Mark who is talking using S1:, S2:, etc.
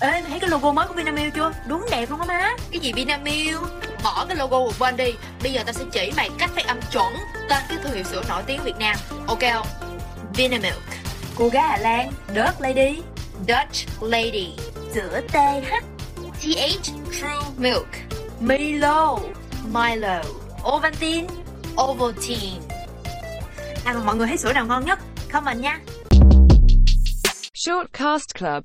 S1: Ê, em thấy cái logo mới của Vinamilk chưa? Đúng đẹp luôn á má
S2: Cái gì Vinamilk? Bỏ cái logo một bên đi Bây giờ tao sẽ chỉ mày cách phát âm chuẩn Tên cái thương hiệu sữa nổi tiếng Việt Nam Ok không? Vinamilk
S1: Cô gái Hà Lan, Dirt Lady
S2: Dutch Lady
S1: Sữa TH
S2: TH True Milk
S1: Milo
S2: Milo
S1: Ovaltine À,
S2: Ovaltine
S1: Nào mọi người thấy sữa nào ngon nhất? Comment nha
S3: Shortcast Club